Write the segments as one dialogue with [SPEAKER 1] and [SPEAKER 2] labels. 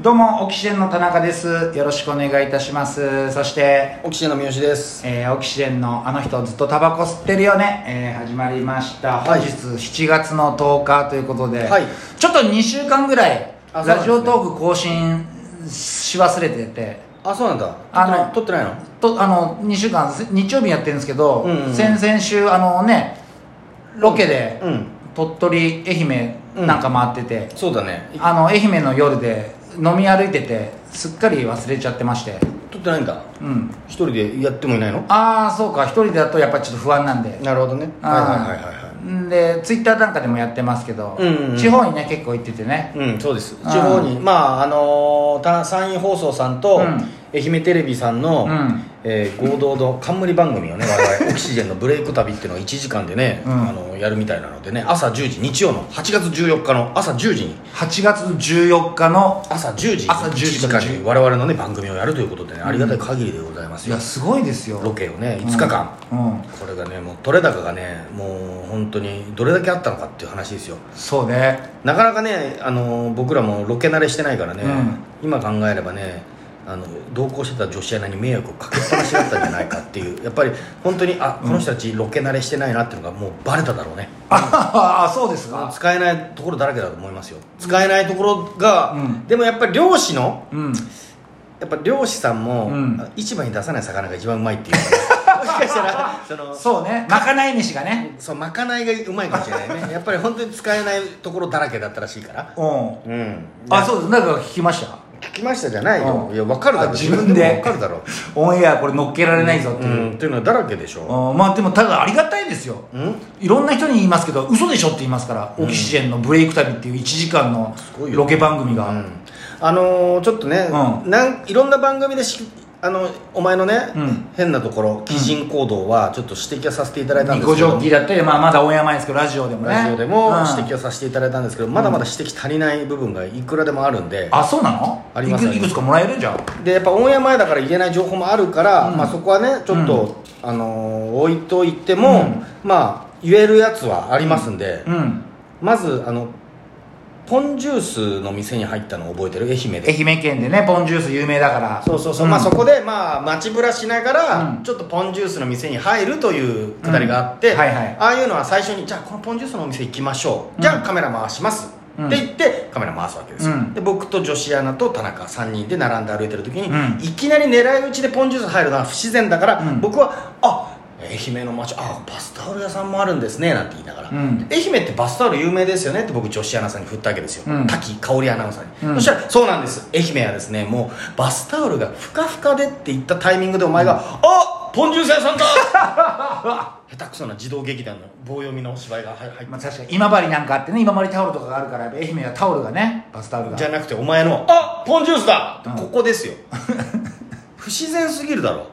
[SPEAKER 1] どうもオキシデンの田中ですよろしくお願いいたしますそして、
[SPEAKER 2] オキシエンの三好です
[SPEAKER 1] えーオキシデンのあの人ずっとタバコ吸ってるよね、えー始まりました本
[SPEAKER 2] はい
[SPEAKER 1] 日7月の10日ということで、
[SPEAKER 2] はい
[SPEAKER 1] ちょっと2週間ぐらい
[SPEAKER 2] あそうな
[SPEAKER 1] ラ
[SPEAKER 2] んですね
[SPEAKER 1] ジオトーク更新し忘れてて
[SPEAKER 2] あそうなんだ
[SPEAKER 1] あの
[SPEAKER 2] 撮ってないの
[SPEAKER 1] とあの2週間せ日曜日やってるんですけど、
[SPEAKER 2] うんうん
[SPEAKER 1] 先々週あのねロケで、
[SPEAKER 2] うん
[SPEAKER 1] 鳥取愛媛なんか回ってて、
[SPEAKER 2] そうだね
[SPEAKER 1] あの愛媛の夜で飲み歩いててすっかり忘れちゃってまして
[SPEAKER 2] 撮ってないんだ
[SPEAKER 1] うん
[SPEAKER 2] 一人でやってもいないの
[SPEAKER 1] ああそうか一人だとやっぱちょっと不安なんで
[SPEAKER 2] なるほどねはいはいはいはい
[SPEAKER 1] いはいでツイッターなんかでもやってますけど、
[SPEAKER 2] うんうんうん
[SPEAKER 1] 地方にね結構行っててね
[SPEAKER 2] うんそうです
[SPEAKER 1] ん
[SPEAKER 2] 地方にまああのーた山陰放送さんと、
[SPEAKER 1] うん
[SPEAKER 2] 愛媛テレビさんの、
[SPEAKER 1] うん
[SPEAKER 2] えー合同の冠番組をね我々 オキシジェンのブレイク旅っていうのを1時間でね、
[SPEAKER 1] うん
[SPEAKER 2] あのやるみたいなのでね朝10時日曜の8月14日の朝10時に
[SPEAKER 1] 8月14日の
[SPEAKER 2] 朝10時
[SPEAKER 1] 朝10時
[SPEAKER 2] 1時間に我々のね番組をやるということでねありがたい限りでございます
[SPEAKER 1] い
[SPEAKER 2] よ、
[SPEAKER 1] やすごいですよ
[SPEAKER 2] ロケをね5日間、
[SPEAKER 1] うん、うん
[SPEAKER 2] これがねもう取れ高がねもう本当にどれだけあったのかっていう話ですよ
[SPEAKER 1] そうね
[SPEAKER 2] なかなかねあの僕らもロケ慣れしてないからね、
[SPEAKER 1] うん
[SPEAKER 2] 今考えればねあの同行してた女子アナに迷惑をかけっぱなしだったんじゃないかっていう やっぱり本当にあこの人たちロケ慣れしてないなっていうのがもうバレただろうね
[SPEAKER 1] あ あそうですか
[SPEAKER 2] 使えないところだらけだと思いますよ使えないところが、
[SPEAKER 1] うん
[SPEAKER 2] でもやっぱり漁師の
[SPEAKER 1] うん
[SPEAKER 2] やっぱ漁師さんも、
[SPEAKER 1] うん
[SPEAKER 2] 市場に出さない魚が一番うま いっていうもしかした らその
[SPEAKER 1] そうねまかない飯がね
[SPEAKER 2] そうまかないがうまいかもしれない ねやっぱり本当に使えないところだらけだったらしいから
[SPEAKER 1] うん
[SPEAKER 2] うん
[SPEAKER 1] あそうですなんか聞きました
[SPEAKER 2] 聞きましたじゃないよ
[SPEAKER 1] うん
[SPEAKER 2] いや分かるだろ
[SPEAKER 1] あ自分で
[SPEAKER 2] 分かるだろ
[SPEAKER 1] オンエアこれ乗っけられないぞって
[SPEAKER 2] う
[SPEAKER 1] いう、
[SPEAKER 2] んっていうのはだらけでしょ
[SPEAKER 1] あーまあでもただありがたいですよ
[SPEAKER 2] うん
[SPEAKER 1] いろんな人に言いますけど嘘でしょって言いますから、オキシジェンのブレイク旅っていう1時間の
[SPEAKER 2] ごいよ
[SPEAKER 1] ロケ番組が、
[SPEAKER 2] うんあのーちょっとね
[SPEAKER 1] う
[SPEAKER 2] なんいろんな番組でしあのお前のね
[SPEAKER 1] うん
[SPEAKER 2] 変なところ基人行動はちょっと指摘はさせていただいたん
[SPEAKER 1] ニ
[SPEAKER 2] で
[SPEAKER 1] コ
[SPEAKER 2] すけ
[SPEAKER 1] ジョ
[SPEAKER 2] ど
[SPEAKER 1] ッキーだったり、まあ、まだオンエア前ですけどラジオでもね
[SPEAKER 2] ラジオでも
[SPEAKER 1] うん
[SPEAKER 2] 指摘をさせていただいたんですけどまだまだ指摘足りない部分がいくらでもあるんで
[SPEAKER 1] あそうなの
[SPEAKER 2] あります
[SPEAKER 1] いくいくつかもらえるじゃん
[SPEAKER 2] でやっぱオンエア前だから言えない情報もあるから、
[SPEAKER 1] うん
[SPEAKER 2] まあ、そこはねちょっと、あのー置いといても、まあ言えるやつはありますんで、
[SPEAKER 1] うん
[SPEAKER 2] まずあのポンジュースの店に入ったの覚えてる愛媛で
[SPEAKER 1] 愛媛県でねポンジュース有名だから
[SPEAKER 2] そうそうそう、
[SPEAKER 1] ん
[SPEAKER 2] まあ、そこで、まあ、街ぶらしながら、
[SPEAKER 1] うん
[SPEAKER 2] ちょっとポンジュースの店に入るというくだりがあって、
[SPEAKER 1] うんはいはい
[SPEAKER 2] ああいうのは最初にじゃあこのポンジュースのお店行きましょう、じゃあカメラ回します、
[SPEAKER 1] うん
[SPEAKER 2] って言ってカメラ回すわけですよ、
[SPEAKER 1] うん
[SPEAKER 2] で僕と女子アナと田中3人で並んで歩いてる時に、
[SPEAKER 1] うん
[SPEAKER 2] いきなり狙い撃ちでポンジュース入るのは不自然だから、
[SPEAKER 1] うん
[SPEAKER 2] 僕はあ愛媛の街あバスタオル屋さんもあるんですねなんて言いながら、
[SPEAKER 1] うん
[SPEAKER 2] 愛媛ってバスタオル有名ですよねって僕女子アナさんに振ったわけですよ、
[SPEAKER 1] うん
[SPEAKER 2] 滝香織アナウンサーに、
[SPEAKER 1] うん
[SPEAKER 2] そしたら「そうなんです愛媛はですねもうバスタオルがふかふかで」って言ったタイミングでお前が「あポンジュース屋さんだ! 」 下手くそな児童劇団の棒読みの芝居が入入って
[SPEAKER 1] まあ、確かに今治なんかあってね今治タオルとかがあるからやっぱ愛媛はタオルがねバスタオルが
[SPEAKER 2] じゃなくてお前の「あポンジュースだ!
[SPEAKER 1] うん」
[SPEAKER 2] ここで すよ不自然すぎるだろ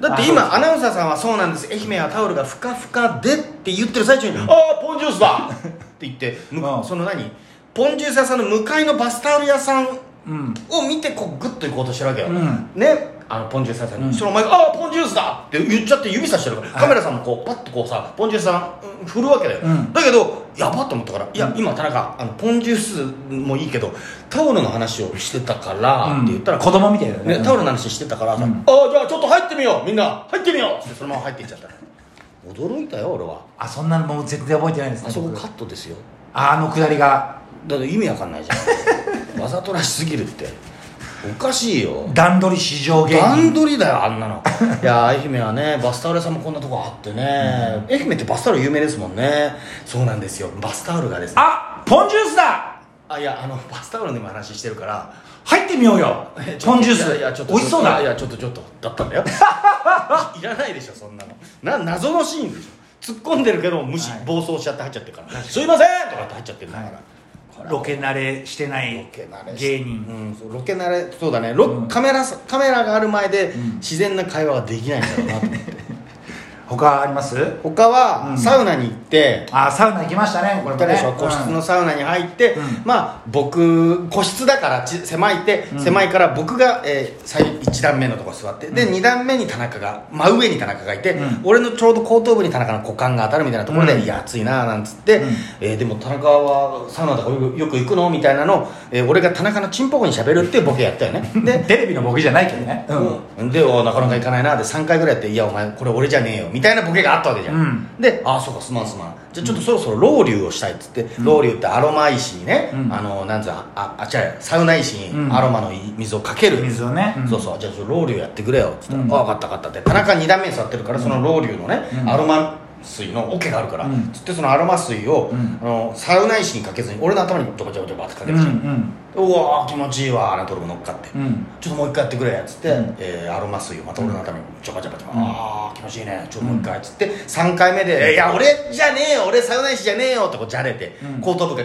[SPEAKER 2] だって今アナウンサーさんは「そうなんです愛媛はタオルがふかふかで」って言ってる最中に「ああポンジュースだ!」って言ってむ
[SPEAKER 1] うん
[SPEAKER 2] その何ポンジュース屋さんの向かいのバスタオル屋さん
[SPEAKER 1] うん
[SPEAKER 2] を見てこうグッと行こうとしてるわけよ、
[SPEAKER 1] うん
[SPEAKER 2] ねあのポンジュース屋さんに、
[SPEAKER 1] うん
[SPEAKER 2] そのお前が「ああポンジュースだ!」って言っちゃって指さしてるから、カメラさんもこうパッとこうさポンジュースさんうん振るわけだよ、
[SPEAKER 1] うん
[SPEAKER 2] だけどやばっと思ったから「いや、
[SPEAKER 1] うん
[SPEAKER 2] 今田中あのポンジュースもいいけどタオルの話をしてたから」って言ったら、
[SPEAKER 1] 子供みたいだよね
[SPEAKER 2] ね、タオルの話してたからさ「
[SPEAKER 1] うん
[SPEAKER 2] ああじゃあちょっと入ってみようみんな入ってみよう」ってそのまま入っていっちゃった驚いたよ俺は
[SPEAKER 1] あそんなのもう全然覚えてないですね
[SPEAKER 2] あそこ
[SPEAKER 1] 僕
[SPEAKER 2] カットですよ
[SPEAKER 1] ああのくだりが
[SPEAKER 2] だって意味わかんないじゃんわざとらしすぎるっておかしいよ
[SPEAKER 1] 段取り市場芸
[SPEAKER 2] 段
[SPEAKER 1] 人
[SPEAKER 2] 取りだよあんなのいや愛媛はねバスタオル屋さんもこんなとこあってね、愛媛ってバスタオル有名ですもんねそうなんですよバスタオルがですね
[SPEAKER 1] あポンジュースだ
[SPEAKER 2] あいやあのバスタオルの今話してるから
[SPEAKER 1] 入ってみようよ
[SPEAKER 2] えちょ
[SPEAKER 1] ポンジュー
[SPEAKER 2] いやいやちょっ
[SPEAKER 1] ス
[SPEAKER 2] と
[SPEAKER 1] 美味しそうだ
[SPEAKER 2] いやいやちょっとちょっとだったんだよい らないでしょそんなのな謎のシーンでしょ突っ込んでるけど無視、
[SPEAKER 1] はい
[SPEAKER 2] 暴走しちゃって入っちゃってるから「すいません!」とかって入っちゃってるんだから、
[SPEAKER 1] はい
[SPEAKER 2] これは
[SPEAKER 1] ロケ慣れしてな
[SPEAKER 2] ロ
[SPEAKER 1] い
[SPEAKER 2] ケ慣れし
[SPEAKER 1] 芸人
[SPEAKER 2] うんそうロケ慣れそうだねロ、カメラカメラがある前で自然な会話ができないんだろうなと思って、
[SPEAKER 1] 他あります
[SPEAKER 2] 他は、
[SPEAKER 1] うん
[SPEAKER 2] サウナに行って
[SPEAKER 1] あサウナ行きましたねこれも
[SPEAKER 2] 行った
[SPEAKER 1] ね
[SPEAKER 2] でしょ、個室のサウナに入って、
[SPEAKER 1] うん
[SPEAKER 2] まあ僕個室だからち狭いって、
[SPEAKER 1] うん
[SPEAKER 2] 狭いから僕が、えー最1段目のとこ座ってで、2段目に田中が真上に田中がいて、
[SPEAKER 1] うん
[SPEAKER 2] 俺のちょうど後頭部に田中の股間が当たるみたいなところで、
[SPEAKER 1] うん
[SPEAKER 2] いや暑いなーなんつって、
[SPEAKER 1] うん
[SPEAKER 2] えーでも田中はサウナとかよくよく行くのみたいなのを、えー俺が田中のチンポコに喋るっていうボケやった よねで
[SPEAKER 1] うんテレビのボケじゃないけどねうん
[SPEAKER 2] でおなかなか行かないなで3回ぐらいやって「いやお前これ俺じゃねえよ」みたいなボケがあったわけじゃん、
[SPEAKER 1] うん
[SPEAKER 2] で「ああそうかすまんすまん」じゃあちょっとそろそろロウリュウをしたいっつって、ロウリュウってアロマ石にね、
[SPEAKER 1] うん
[SPEAKER 2] あのなんつうのああ違うサウナ石
[SPEAKER 1] うん
[SPEAKER 2] にアロマの水をかける、
[SPEAKER 1] 水をねうん
[SPEAKER 2] そうそうじゃあちょっとロウリュウやってくれよっつったら「
[SPEAKER 1] うん
[SPEAKER 2] あ分かった分かった」って田中2段目に座ってるからそのロウリュウのね、
[SPEAKER 1] うん
[SPEAKER 2] アロマ水の桶があるから、
[SPEAKER 1] うん
[SPEAKER 2] つってそのアロマ水を、
[SPEAKER 1] うん
[SPEAKER 2] あのサウナ石にかけずに俺の頭にドバドバドバってかけ
[SPEAKER 1] う
[SPEAKER 2] て
[SPEAKER 1] んう
[SPEAKER 2] きて、
[SPEAKER 1] ん
[SPEAKER 2] うわー気持ちいいわーなんて俺も乗っかって、
[SPEAKER 1] うん
[SPEAKER 2] ちょっともう一回やってくれっつって、
[SPEAKER 1] うん
[SPEAKER 2] えーアロマ水をまた俺の頭にちょばちょばちょば、
[SPEAKER 1] うん
[SPEAKER 2] ああ気持ちいいねちょっともう一回っつって3回目で「いや俺じゃねえよ俺サウナ石じゃねえよ」ってこうじゃれて、
[SPEAKER 1] うん
[SPEAKER 2] 後頭部が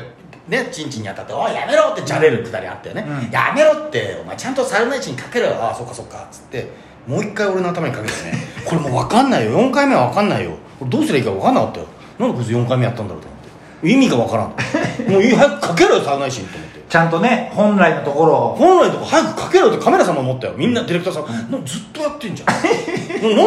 [SPEAKER 2] ねチンチンに当たって「おいやめろ」ってじゃれるくだりあったよね「
[SPEAKER 1] うん
[SPEAKER 2] やめろってお前ちゃんとサウナ石にかけろよああそっかそっか」っつってもう一回俺の頭にかけて ねこれもう分かんないよ4回目は分かんないよこれどうすりゃいいか分かんなかったよなんでこいつ4回目やったんだろうと思って意味が 分からんともう早くかけろよサウナ石にと思って
[SPEAKER 1] ちゃんとね本来のところを
[SPEAKER 2] 本来とか早くかけろってカメラさんも思ったよみんなディレクターさん、なんかずっとやってんじゃんなな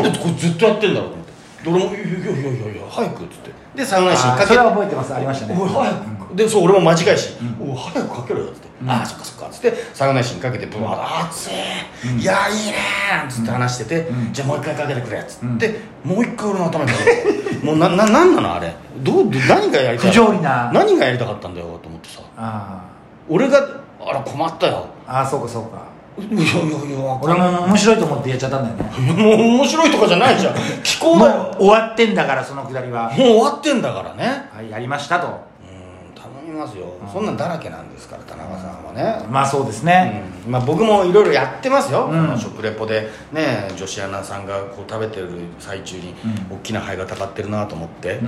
[SPEAKER 2] んでこれずっとやってんだろうと思ってで俺も「いやいやいやいやいや早く」っつってでサウナ石に
[SPEAKER 1] あ
[SPEAKER 2] か
[SPEAKER 1] そ
[SPEAKER 2] け
[SPEAKER 1] れ
[SPEAKER 2] て
[SPEAKER 1] は覚えてますありましたね
[SPEAKER 2] おい早くでそう俺も間違いし「おい早くかけろよ」っつって「
[SPEAKER 1] うん
[SPEAKER 2] ああそっかそっか」っつってサウナ石にかけてブワーッ「熱い、いやいいね」っつって話してて「
[SPEAKER 1] うん
[SPEAKER 2] じゃあもう一回かけてくれ」っつって、もう一回俺の頭にかけて もうなななんなのあれどうどう何がやりた い
[SPEAKER 1] 不条理な
[SPEAKER 2] 何がやりたかったんだよと思ってさ
[SPEAKER 1] あ
[SPEAKER 2] 俺があら困ったよ
[SPEAKER 1] ーあーそうかそうか
[SPEAKER 2] いやいやいや
[SPEAKER 1] 俺も面白いと思ってやっちゃったんだよね
[SPEAKER 2] もう面白いとかじゃないじゃん気候
[SPEAKER 1] も
[SPEAKER 2] だよ
[SPEAKER 1] う終わってんだからそのくだりは
[SPEAKER 2] もう終わってんだからね
[SPEAKER 1] はいやりましたと
[SPEAKER 2] うん頼みますよそんなんだらけなんですから田中さんはね、
[SPEAKER 1] まあそうですね
[SPEAKER 2] うんまあ、僕もいろいろやってますよ、
[SPEAKER 1] うん
[SPEAKER 2] その食レポでね女子アナさんがこう食べてる最中に大きな肺がたかってるなと思って、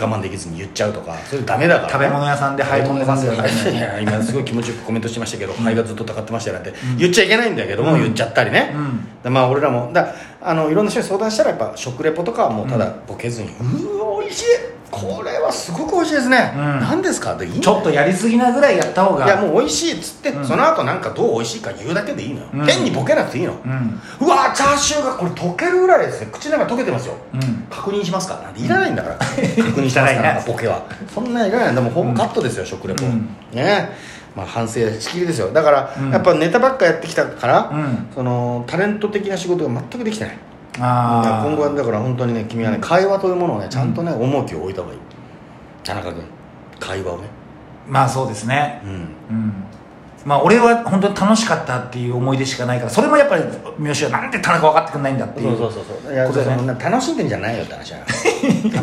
[SPEAKER 2] 我慢できずに言っちゃうとかそれダメだから、
[SPEAKER 1] 食べ物屋さんでハイトンでますよね
[SPEAKER 2] いや今すごい気持ちよくコメントしてましたけど肺がずっとたかってましたよなんて言っちゃいけないんだけども、
[SPEAKER 1] うん
[SPEAKER 2] 言っちゃったりね、
[SPEAKER 1] うん
[SPEAKER 2] でまあ俺らもだあのいろんな人に相談したらやっぱ食レポとかはもうただボケずに「うー美味しいこれはすごく美味しいですね、
[SPEAKER 1] うん
[SPEAKER 2] 何ですか?」でいいんだよ
[SPEAKER 1] ちょっとやりすぎなぐらいやった方が
[SPEAKER 2] いやもう美味しいっつって、
[SPEAKER 1] うん
[SPEAKER 2] その後なんかどう美味しいか言うだけでいいのよ、
[SPEAKER 1] うん
[SPEAKER 2] 変にボケなくていいの、
[SPEAKER 1] ううん
[SPEAKER 2] うわーチャーシューがこれ溶けるぐらいですね口の中溶けてますよ、
[SPEAKER 1] うん
[SPEAKER 2] 確認しますかなんていらないんだから確認しま
[SPEAKER 1] い
[SPEAKER 2] すから
[SPEAKER 1] ない
[SPEAKER 2] らボケはそんなんいらないんだもうほぼカットですよ、食レポ、
[SPEAKER 1] うん
[SPEAKER 2] ねまあ反省しきりですよだから、
[SPEAKER 1] うん
[SPEAKER 2] やっぱネタばっかやってきたから、
[SPEAKER 1] うん
[SPEAKER 2] そのタレント的な仕事が全くできてないだから
[SPEAKER 1] ああ
[SPEAKER 2] 今後はだから本当にね君はね会話というものをねちゃんとね重きを置いた方がいい田中君会話をね
[SPEAKER 1] まあそうですね
[SPEAKER 2] うん
[SPEAKER 1] うんまあ俺は本当に楽しかったっていう思い出しかないからそれもやっぱり三好はなんで田中分かってくんないんだってい
[SPEAKER 2] そううそうそうそういや
[SPEAKER 1] ことだよね
[SPEAKER 2] そんな楽しんでんじゃないよって話だよ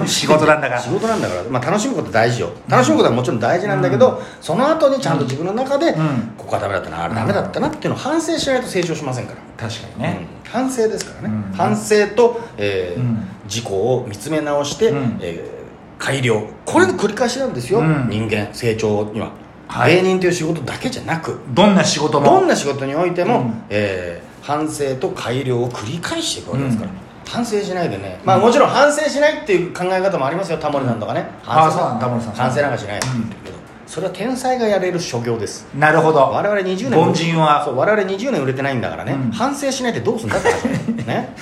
[SPEAKER 1] 仕事なんだから
[SPEAKER 2] 仕事なんだから、まあ、楽しむこと大事よ楽しむことはもちろん大事なんだけど、その後にちゃんと自分の中で、
[SPEAKER 1] ん
[SPEAKER 2] ここはダメだったなあれダメだったなっていうのを反省しないと成長しませんから、
[SPEAKER 1] 確かにね
[SPEAKER 2] うん反省ですからね、
[SPEAKER 1] うん
[SPEAKER 2] 反省と、えー
[SPEAKER 1] うん
[SPEAKER 2] 自己を見つめ直して、
[SPEAKER 1] うん
[SPEAKER 2] えー改良これの繰り返しなんですよ、
[SPEAKER 1] うん
[SPEAKER 2] 人間成長には、
[SPEAKER 1] はい
[SPEAKER 2] 芸人という仕事だけじゃなく
[SPEAKER 1] どんな仕事も
[SPEAKER 2] どんな仕事においても、
[SPEAKER 1] うん
[SPEAKER 2] えー反省と改良を繰り返していくわけですから、
[SPEAKER 1] うん
[SPEAKER 2] 反省しないでね、まあ、もちろん反省しないっていう考え方もありますよタモリさんとかね、
[SPEAKER 1] あ
[SPEAKER 2] 反省
[SPEAKER 1] そうなんだタモリさん
[SPEAKER 2] 反省なんかしない、
[SPEAKER 1] うん
[SPEAKER 2] けどそれは天才がやれる所業です
[SPEAKER 1] なるほど
[SPEAKER 2] 我々20年
[SPEAKER 1] 凡人は
[SPEAKER 2] そう我々20年売れてないんだからね、
[SPEAKER 1] うん
[SPEAKER 2] 反省しないでどうすんだって話だよ ね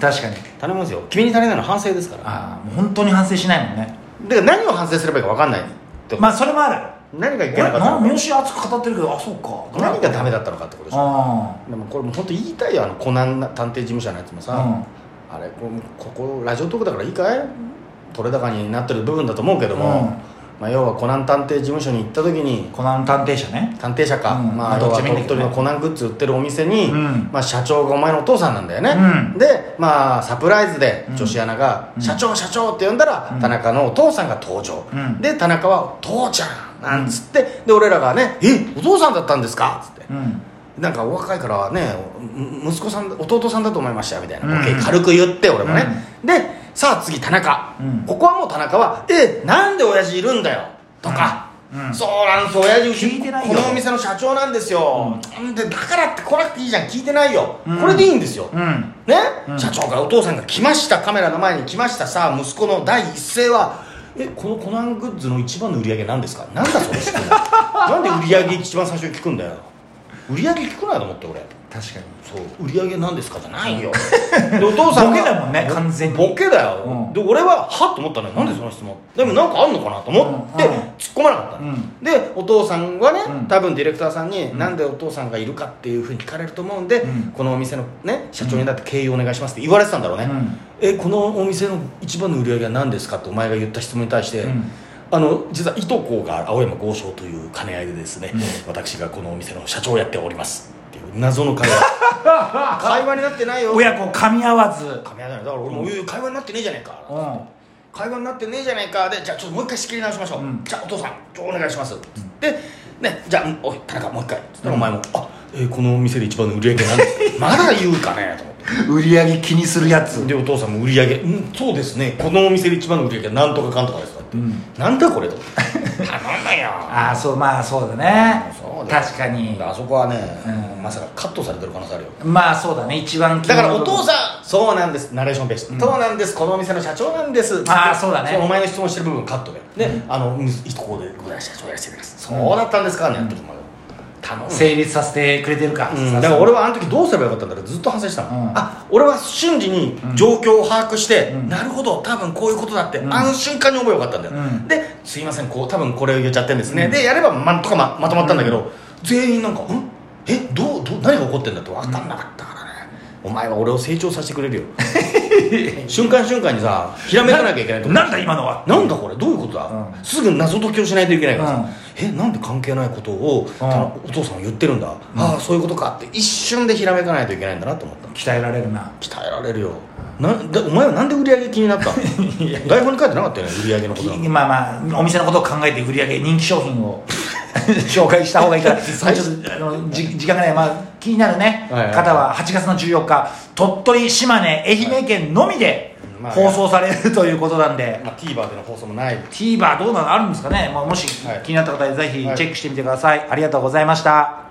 [SPEAKER 1] 確かに
[SPEAKER 2] 頼みますよ君に足りないのは反省ですから
[SPEAKER 1] ああもう本当に反省しないもんね
[SPEAKER 2] で何を反省すればいいか分かんないと
[SPEAKER 1] まあそれもある
[SPEAKER 2] 何がいけ
[SPEAKER 1] 俺
[SPEAKER 2] なか
[SPEAKER 1] な
[SPEAKER 2] った
[SPEAKER 1] 三
[SPEAKER 2] のか
[SPEAKER 1] 好熱く語ってるけどあそうか
[SPEAKER 2] 何がダメ
[SPEAKER 1] だ
[SPEAKER 2] だったのかってことでしょ
[SPEAKER 1] あ
[SPEAKER 2] でもこれもう本当言いたいよあのコナンな探偵事務所のやつもさ、あれこここラジオトークだからいいかい取れ高になってる部分だと思うけども、
[SPEAKER 1] うん
[SPEAKER 2] まあ、要はコナン探偵事務所に行った時に
[SPEAKER 1] あコナン探偵社ね
[SPEAKER 2] 探偵社か、
[SPEAKER 1] うんま
[SPEAKER 2] まあ、
[SPEAKER 1] あ
[SPEAKER 2] あと
[SPEAKER 1] どっ
[SPEAKER 2] は
[SPEAKER 1] ちもいいんだ
[SPEAKER 2] 鳥
[SPEAKER 1] けどね
[SPEAKER 2] 取のコナングッズ売ってるお店に、
[SPEAKER 1] うん
[SPEAKER 2] まあ、社長がお前のお父さんなんだよね、
[SPEAKER 1] うん
[SPEAKER 2] で、まあ、サプライズで
[SPEAKER 1] うん
[SPEAKER 2] 女子アナが「
[SPEAKER 1] うん
[SPEAKER 2] 社長社長」って呼んだら、
[SPEAKER 1] うん
[SPEAKER 2] 田中のお父さんが登場、
[SPEAKER 1] うん
[SPEAKER 2] で田中は「父ちゃん」なんつって、で俺らがね「えお父さんだったんですか?」っつって
[SPEAKER 1] うん
[SPEAKER 2] なんかお若いからねむ息子さん弟さんだと思いましたみたいな、
[SPEAKER 1] うん
[SPEAKER 2] ボケ軽く言って俺もね、でさあ次田中、
[SPEAKER 1] うん
[SPEAKER 2] ここはもう田中は「えなんで親父いるんだよ」とか、
[SPEAKER 1] うんうん
[SPEAKER 2] そうなんです親父
[SPEAKER 1] 聞いてないよ
[SPEAKER 2] このお店の社長なんですよ、でだからって来なくていいじゃん聞いてないよ、
[SPEAKER 1] うん
[SPEAKER 2] これでいいんですよ、
[SPEAKER 1] うん
[SPEAKER 2] ね、
[SPEAKER 1] うん
[SPEAKER 2] 社長がお父さんが来ましたカメラの前に来ましたさあ息子の第一声は「えこのコナングッズの一番の売り上げ何ですか?」なんだそれ知ってんのなんで売り上げ一番最初に聞くんだよ売り上げ聞くなと思って俺
[SPEAKER 1] 確かに
[SPEAKER 2] そう売り上げなんですかじゃない よでお父さんが
[SPEAKER 1] ボケだもんね完全に
[SPEAKER 2] ボケだよ、
[SPEAKER 1] うん
[SPEAKER 2] で俺ははっと思ったのよなんでその質問でもなんかあんのかなと思って
[SPEAKER 1] うんうん
[SPEAKER 2] 突っ込まなかったの、
[SPEAKER 1] うん
[SPEAKER 2] でお父さんはね、
[SPEAKER 1] うん
[SPEAKER 2] 多分ディレクターさんに、
[SPEAKER 1] ん
[SPEAKER 2] なんでお父さんがいるかっていうふうに聞かれると思うんで、
[SPEAKER 1] うん
[SPEAKER 2] このお店のね社長にだって経営お願いしますって言われてたんだろうね、
[SPEAKER 1] うん
[SPEAKER 2] えこのお店の一番の売り上げは何ですかってお前が言った質問に対して、
[SPEAKER 1] うん
[SPEAKER 2] あの実はいとこが青山豪商という兼ね合いでですね、
[SPEAKER 1] うん
[SPEAKER 2] 私がこのお店の社長をやっておりますっていう謎の会話会話になってないよ
[SPEAKER 1] 親子噛み合わず
[SPEAKER 2] 噛み合わないだから俺もう会話になってねえじゃねえか、
[SPEAKER 1] うん
[SPEAKER 2] 会話になってねえじゃないかでじゃあちょっともう一回仕切り直しましょう、
[SPEAKER 1] うん
[SPEAKER 2] じゃあお父さんちょお願いします、でねじゃあうんおい田中もう一回つったらお前も「あ、えーこのお店で一番の売り上げなんですかまだ言うかね」と思って
[SPEAKER 1] 売り上げ気にするやつ
[SPEAKER 2] でお父さんも売り上げ「うんそうですねこのお店で一番の売り上げはなんとかかんとかです」だって、
[SPEAKER 1] うん
[SPEAKER 2] なんだこれと頼んだよ
[SPEAKER 1] ああそうまあそうだね
[SPEAKER 2] そうだよ
[SPEAKER 1] 確かに
[SPEAKER 2] あそこはね、
[SPEAKER 1] うん
[SPEAKER 2] まさかカットされてる可能性あるよ
[SPEAKER 1] まあそうだね一番気
[SPEAKER 2] だ
[SPEAKER 1] に
[SPEAKER 2] か
[SPEAKER 1] な
[SPEAKER 2] ら
[SPEAKER 1] る
[SPEAKER 2] お父さんそうなんですナレーションベース、
[SPEAKER 1] うん
[SPEAKER 2] そうなんですこのお店の社長なんです
[SPEAKER 1] あーそうだね
[SPEAKER 2] のお前の質問してる部分カットでで、あのうんここでございます社長やらせてください、
[SPEAKER 1] うん
[SPEAKER 2] そうだったんですかね、やってると思うよ頼む
[SPEAKER 1] 成立させてくれてるか、
[SPEAKER 2] うんだから俺はあの時どうすればよかったんだろうずっと反省したの、
[SPEAKER 1] うん
[SPEAKER 2] あ俺は瞬時に状況を把握して、
[SPEAKER 1] うん
[SPEAKER 2] なるほど多分こういうことだって、
[SPEAKER 1] うん
[SPEAKER 2] あの瞬間に思えばよかったんだよ、
[SPEAKER 1] うん
[SPEAKER 2] ですいませんこう多分これを言っちゃってんですね、
[SPEAKER 1] うん
[SPEAKER 2] でやればまとかままとまったんだけど、全員なんか「んえどうどう何が起こってんだ?」って分かんなかったからね、お前は俺を成長させてく れるよ瞬間瞬間にさひらめかなきゃいけないと思う
[SPEAKER 1] なんだ今のは
[SPEAKER 2] なんだこれどういうことだ、
[SPEAKER 1] うん
[SPEAKER 2] すぐ謎解きをしないといけないからさ、
[SPEAKER 1] うん
[SPEAKER 2] えなんで関係ないことを、
[SPEAKER 1] うん
[SPEAKER 2] たお父さんは言ってるんだ、ああそういうことかって一瞬でひらめかないといけないんだなと思った
[SPEAKER 1] 鍛えられるな
[SPEAKER 2] 鍛えられるよなでお前はなんで売り上げ気になったの台本に 書いてなかったよね売り上げのことなの
[SPEAKER 1] まあまあお店のことを考えて売り上げ人気商品を 紹介した方がいいから
[SPEAKER 2] 最
[SPEAKER 1] ちょっとあのじ時間がない、まあ、気になるね、
[SPEAKER 2] はいはい
[SPEAKER 1] 方は8月の14日鳥取島根愛媛県のみで
[SPEAKER 2] はい
[SPEAKER 1] 放送されるということなんで、
[SPEAKER 2] まあ、TVer での放送もない、
[SPEAKER 1] TVer どうなのあるんですかね、まあ、もし
[SPEAKER 2] はい
[SPEAKER 1] 気になった方はぜひチ
[SPEAKER 2] はい
[SPEAKER 1] ェックしてみてください、ありがとうございました